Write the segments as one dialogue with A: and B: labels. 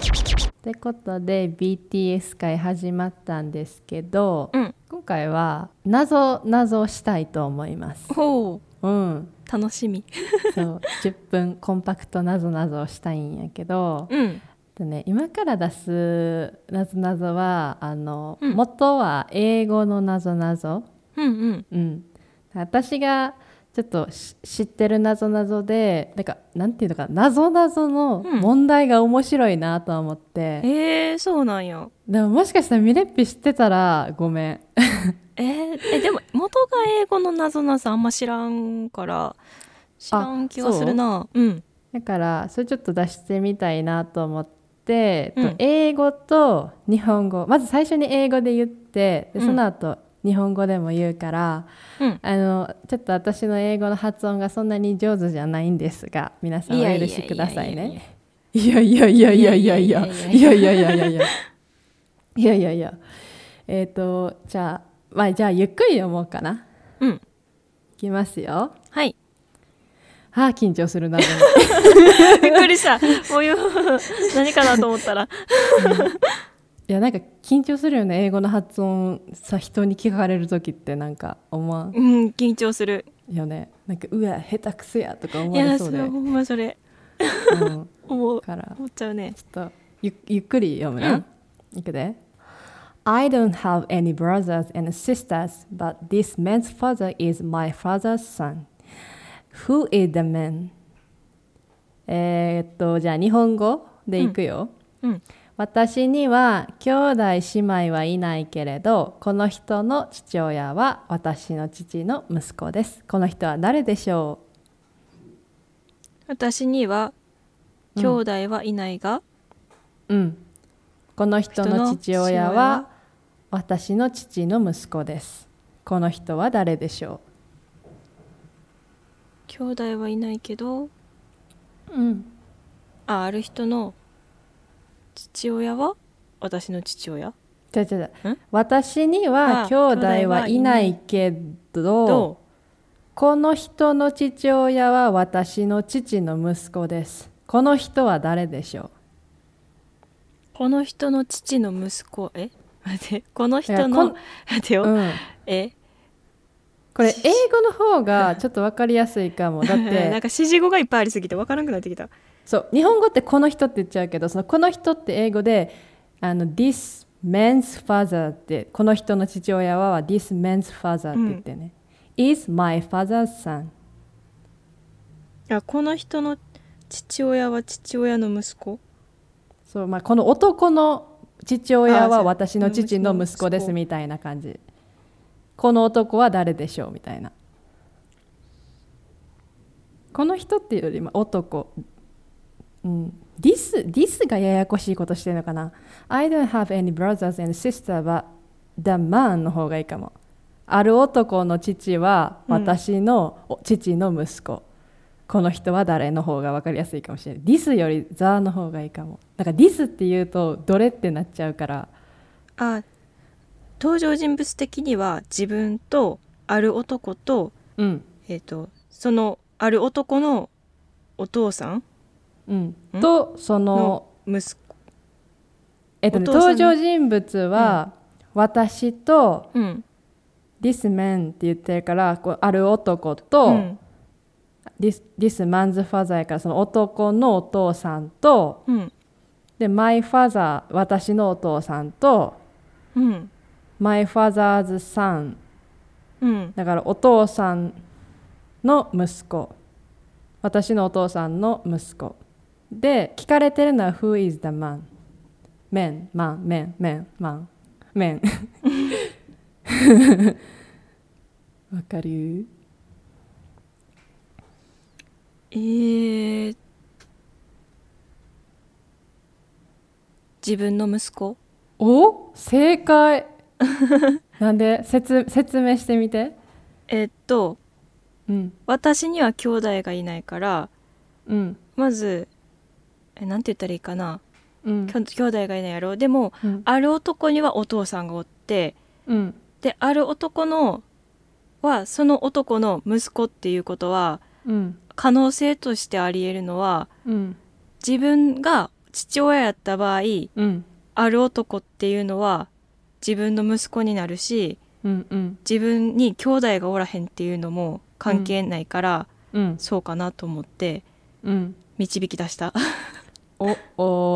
A: ってことで BTS 会始まったんですけど、
B: うん
A: 今回は謎謎をしたいと思います。
B: ほ
A: うん、
B: う楽しみ
A: そう10分 コンパクト謎謎をしたいんやけど、
B: うん
A: でね、今から出す謎謎はあの、
B: うん
A: 元は英語の謎謎、
B: うんうん
A: うん、私がちょっとし知ってる謎謎でなんかなんていうのか謎謎の
B: うん
A: 問題が面白いなと思って。
B: えー、そうなんや
A: でももしかしたらミレッピ知ってたらごめん
B: えー、えでも元が英語のなぞなぞあんま知らんから知らん気はするなうん
A: だからそれちょっと出してみたいなと思って、と
B: うん
A: 英語と日本語まず最初に英語で言ってで
B: うん
A: その後日本語でも言うから、
B: うん
A: あのちょっと私の英語の発音がそんなに上手じゃないんですが皆さんお許しくださいねいやいやいやいやいやいやいやいやいやいやいやいやいやいやえっ、とじゃあまあじゃあゆっくり読もうかな
B: うん
A: いきますよ
B: はい
A: ああ緊張するな
B: びっくりしたもういう何かなと思ったら
A: いやなんか緊張するよね英語の発音さ人に聞かれる時ってなんか思わん
B: うん緊張する
A: よねなんかうわ下手くそやとか思
B: い
A: われ
B: や
A: そ
B: そうれ
A: で
B: ほんまそれ
A: うん
B: 思う
A: だから
B: 思っちゃうね
A: ちょっとゆゆっくり読むな、
B: うん
A: いくで I don't have any brothers and sisters, but this man's father is my father's son. Who is the man? えーっと、じゃあ日本語でいくよ。
B: うん
A: 私には兄弟姉妹はいないけれどこの人の父親は私の父の息子ですこの人は誰でしょ
B: 私には兄弟はいないが、
A: ううんこの人の父親
B: 人の父親は
A: は私の父の息子ですこの人は誰でしょ
B: 兄弟はいないけど
A: ううん
B: あある人の父親は私の父親
A: 違う違う違う私には
B: あ
A: 兄弟はいないけど
B: ど
A: この人の父親は私の父の息子ですこの人は誰でしょう
B: うこの人の父の息子え待ってこの
A: いや
B: 人
A: こ
B: の
A: ん
B: 待てよ、
A: うん
B: え
A: これ英語の方がちょっと分かりやすいかもだっ
B: なん
A: て
B: か指示語がいっぱいありすぎて分からなくなってきた
A: そう日本語ってこの人って言っちゃうけどそのこの人って英語であの This man's father ってこの人の父親は This man's father って言ってね、is my father's son
B: あこの人の父親は父親の息子
A: そう、まあ、この男の父親
B: あそ
A: は
B: う
A: 私の父の息子で
B: 息
A: す
B: 子
A: みたいな感じこの男は誰でしょうみたいなこの人っていうよりまあ男うんディスディスがややこしいことしてるのかな I don't have any brothers and sisters but the man の方がいいかもある男の父は
B: うん
A: 私のお父の息子、この人は誰の方が分かりやすいかもしれないディスよりザーの方がいいかもなんかディスって言うとどれってなっちゃうから
B: あ登場人物的には自分とある男と
A: うん
B: えっ、とそのある男のお父さん
A: うん
B: ん
A: とその
B: の息子
A: えっとね
B: お父さ
A: 登場
B: ん
A: 人物は、私と
B: うん
A: this man って言ってるからこうある男と、
B: うん、
A: this, this man's father やからその男のお父さんと
B: うん
A: で my father 私のお父さんと
B: うん、
A: my father's son
B: うん、
A: だからお父さんの息子私のお父さんの息子で聞かれてるのは「Who is the man?」「Man」「Man」「Man」「Man」「Man」「Man」わかる
B: えー、自分の息子
A: お正解なんで説説明してみて
B: えっと
A: うん
B: 私には兄弟がいないから
A: うん
B: まずえなんて言ったらいいかな、
A: うん
B: きょ兄弟がいないやろでも
A: うん
B: ある男にはお父さんがおって
A: うん
B: である男のはその男の息子っていうことは
A: うん
B: 可能性としてありえるのは
A: うん
B: 自分が父親やった場合
A: うん
B: ある男っていうのは自分の息子になるし
A: うんうん
B: 自分に兄弟がおらへんっていうのも関係ないから、
A: うん
B: そうかなと思って
A: うん
B: 導き出した
A: お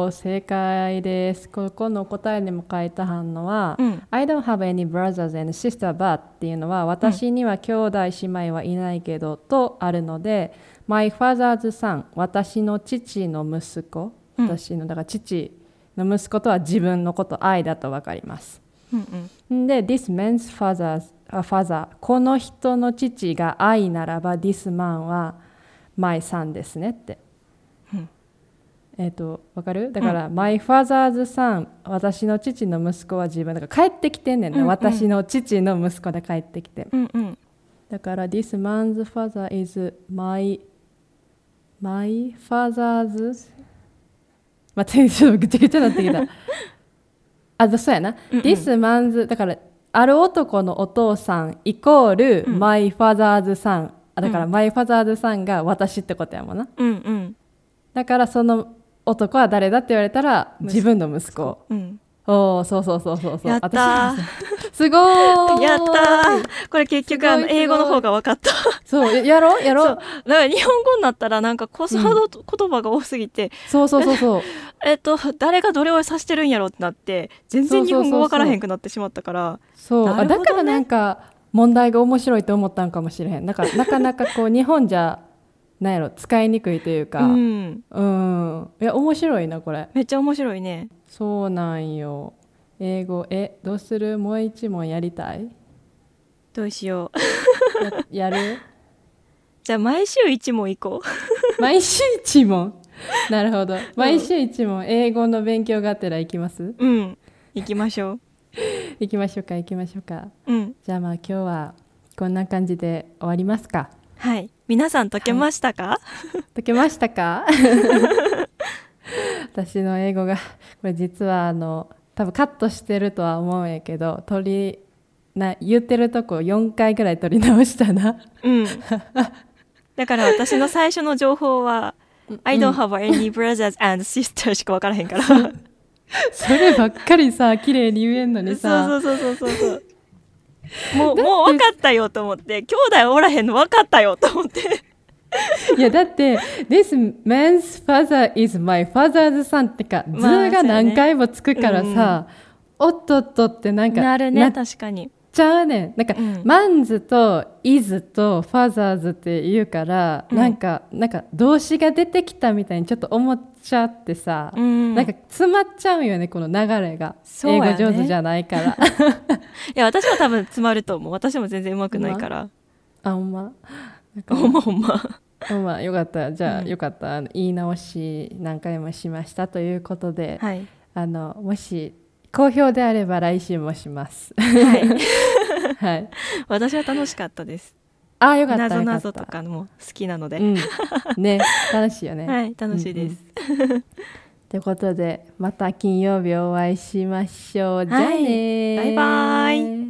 A: お正解ですここの答えにも書いた反応は、
B: うん、
A: I don't have any brothers and sister but っていうのは私には兄弟姉妹はいないけどとあるので、My father's son 私の父の息子
B: うん
A: 私のだから父の息子とは自分のこと愛だと分かります
B: うんうん
A: んで This man's father's a father この人の父が愛ならば This man は my son ですねって
B: うん
A: えっ、とわかるだから、My father's son 私の父の息子は自分だから帰ってきてんねんね、
B: うんうん
A: 私の父の息子で帰ってきて
B: うんうん
A: だから This man's father is my my father's 待ってちょっとぐちゃぐちゃになってきた あだそうやな、
B: うんうん
A: This man's だからある男のお父さんイコール、
B: うん
A: my father's son あだから、
B: う
A: my father's son が私ってことやもんな
B: うんうん
A: だからその男は誰だって言われたら
B: 息子
A: 自分の息子
B: うん
A: おおそうそうそうそうそう
B: やった
A: 私
B: ー
A: すごーい
B: やったーこれ結局あ
A: すご
B: の
A: いすごい
B: 英語の方が分か った
A: そうややろうやろう
B: だから日本語になったらなんかコスハード言葉が多すぎて、
A: そうそうそうそう
B: えっと誰がどれを指してるんやろってなって全然日本語分からへんくなってしまったから
A: そう、
B: な
A: あ
B: るほど
A: だ
B: ね
A: からなんか問題が面白いと思ったんかもしれへんなんかなかなか こう日本じゃなんやろ使いにくいというか
B: う
A: うん
B: ん
A: いや面白いなこれ
B: めっちゃ面白いね
A: そうなんよ英語えどうするもう一問やりたい
B: どうしよう
A: やや る
B: じゃあ毎週1問行こ
A: 毎週一問なるほど毎週一問英語の勉強がてら行きます
B: ううん行きましょ
A: 行きましょうか行きましょうか
B: ううん
A: じゃあまあ今日はこんな感じで終わりますか
B: はい皆さん解けましたか、
A: 解けました か私の英語がこれ実はあの多分カットしてるとは思うんやけど取りな言ってるとこ4回ぐらい取り直した な
B: うんだから私の最初の情報は「I don't have any brothers and sisters」しか分からへんからそう
A: そればっかりさ綺麗に言えんのにさ
B: そうそうそうそう そうもうもう分かったよと思って兄弟おらへんの分かったよと思って
A: いやだって「This man's father is my father's son」ってか「図
B: まあ」
A: が何回もつくから
B: そうや
A: さ「おっとっと」ってなんか
B: なる
A: な
B: ね
A: っ
B: 確かに
A: ちゃうねんなんか、
B: うん
A: マンズとイズとファザーズって言うから、
B: うん
A: なんかなんか動詞が出てきたみたいにちょっと思っちゃってさ、
B: うん
A: なんか詰まっちゃうよねこの流れが、
B: そう
A: 英
B: やね
A: 語上手じゃないから
B: いや私は多分詰まると思う私も全然うまくないから
A: あほんまなんか
B: ほんまほんま
A: ほんまよかったじゃあ、
B: うん
A: よかったあの言い直し何回もしましたということで、
B: はい、
A: あのもし好評であれば来週もします。
B: はい、
A: はい、
B: 私は楽しかったです
A: あーよかった
B: なぞ
A: よか
B: な
A: った
B: ぞとかも好きなので、
A: うん、ね楽しい よね。
B: はい楽しいです、
A: ということでまた金曜日お会いしましょう。じゃあね
B: はいバイバ
A: イ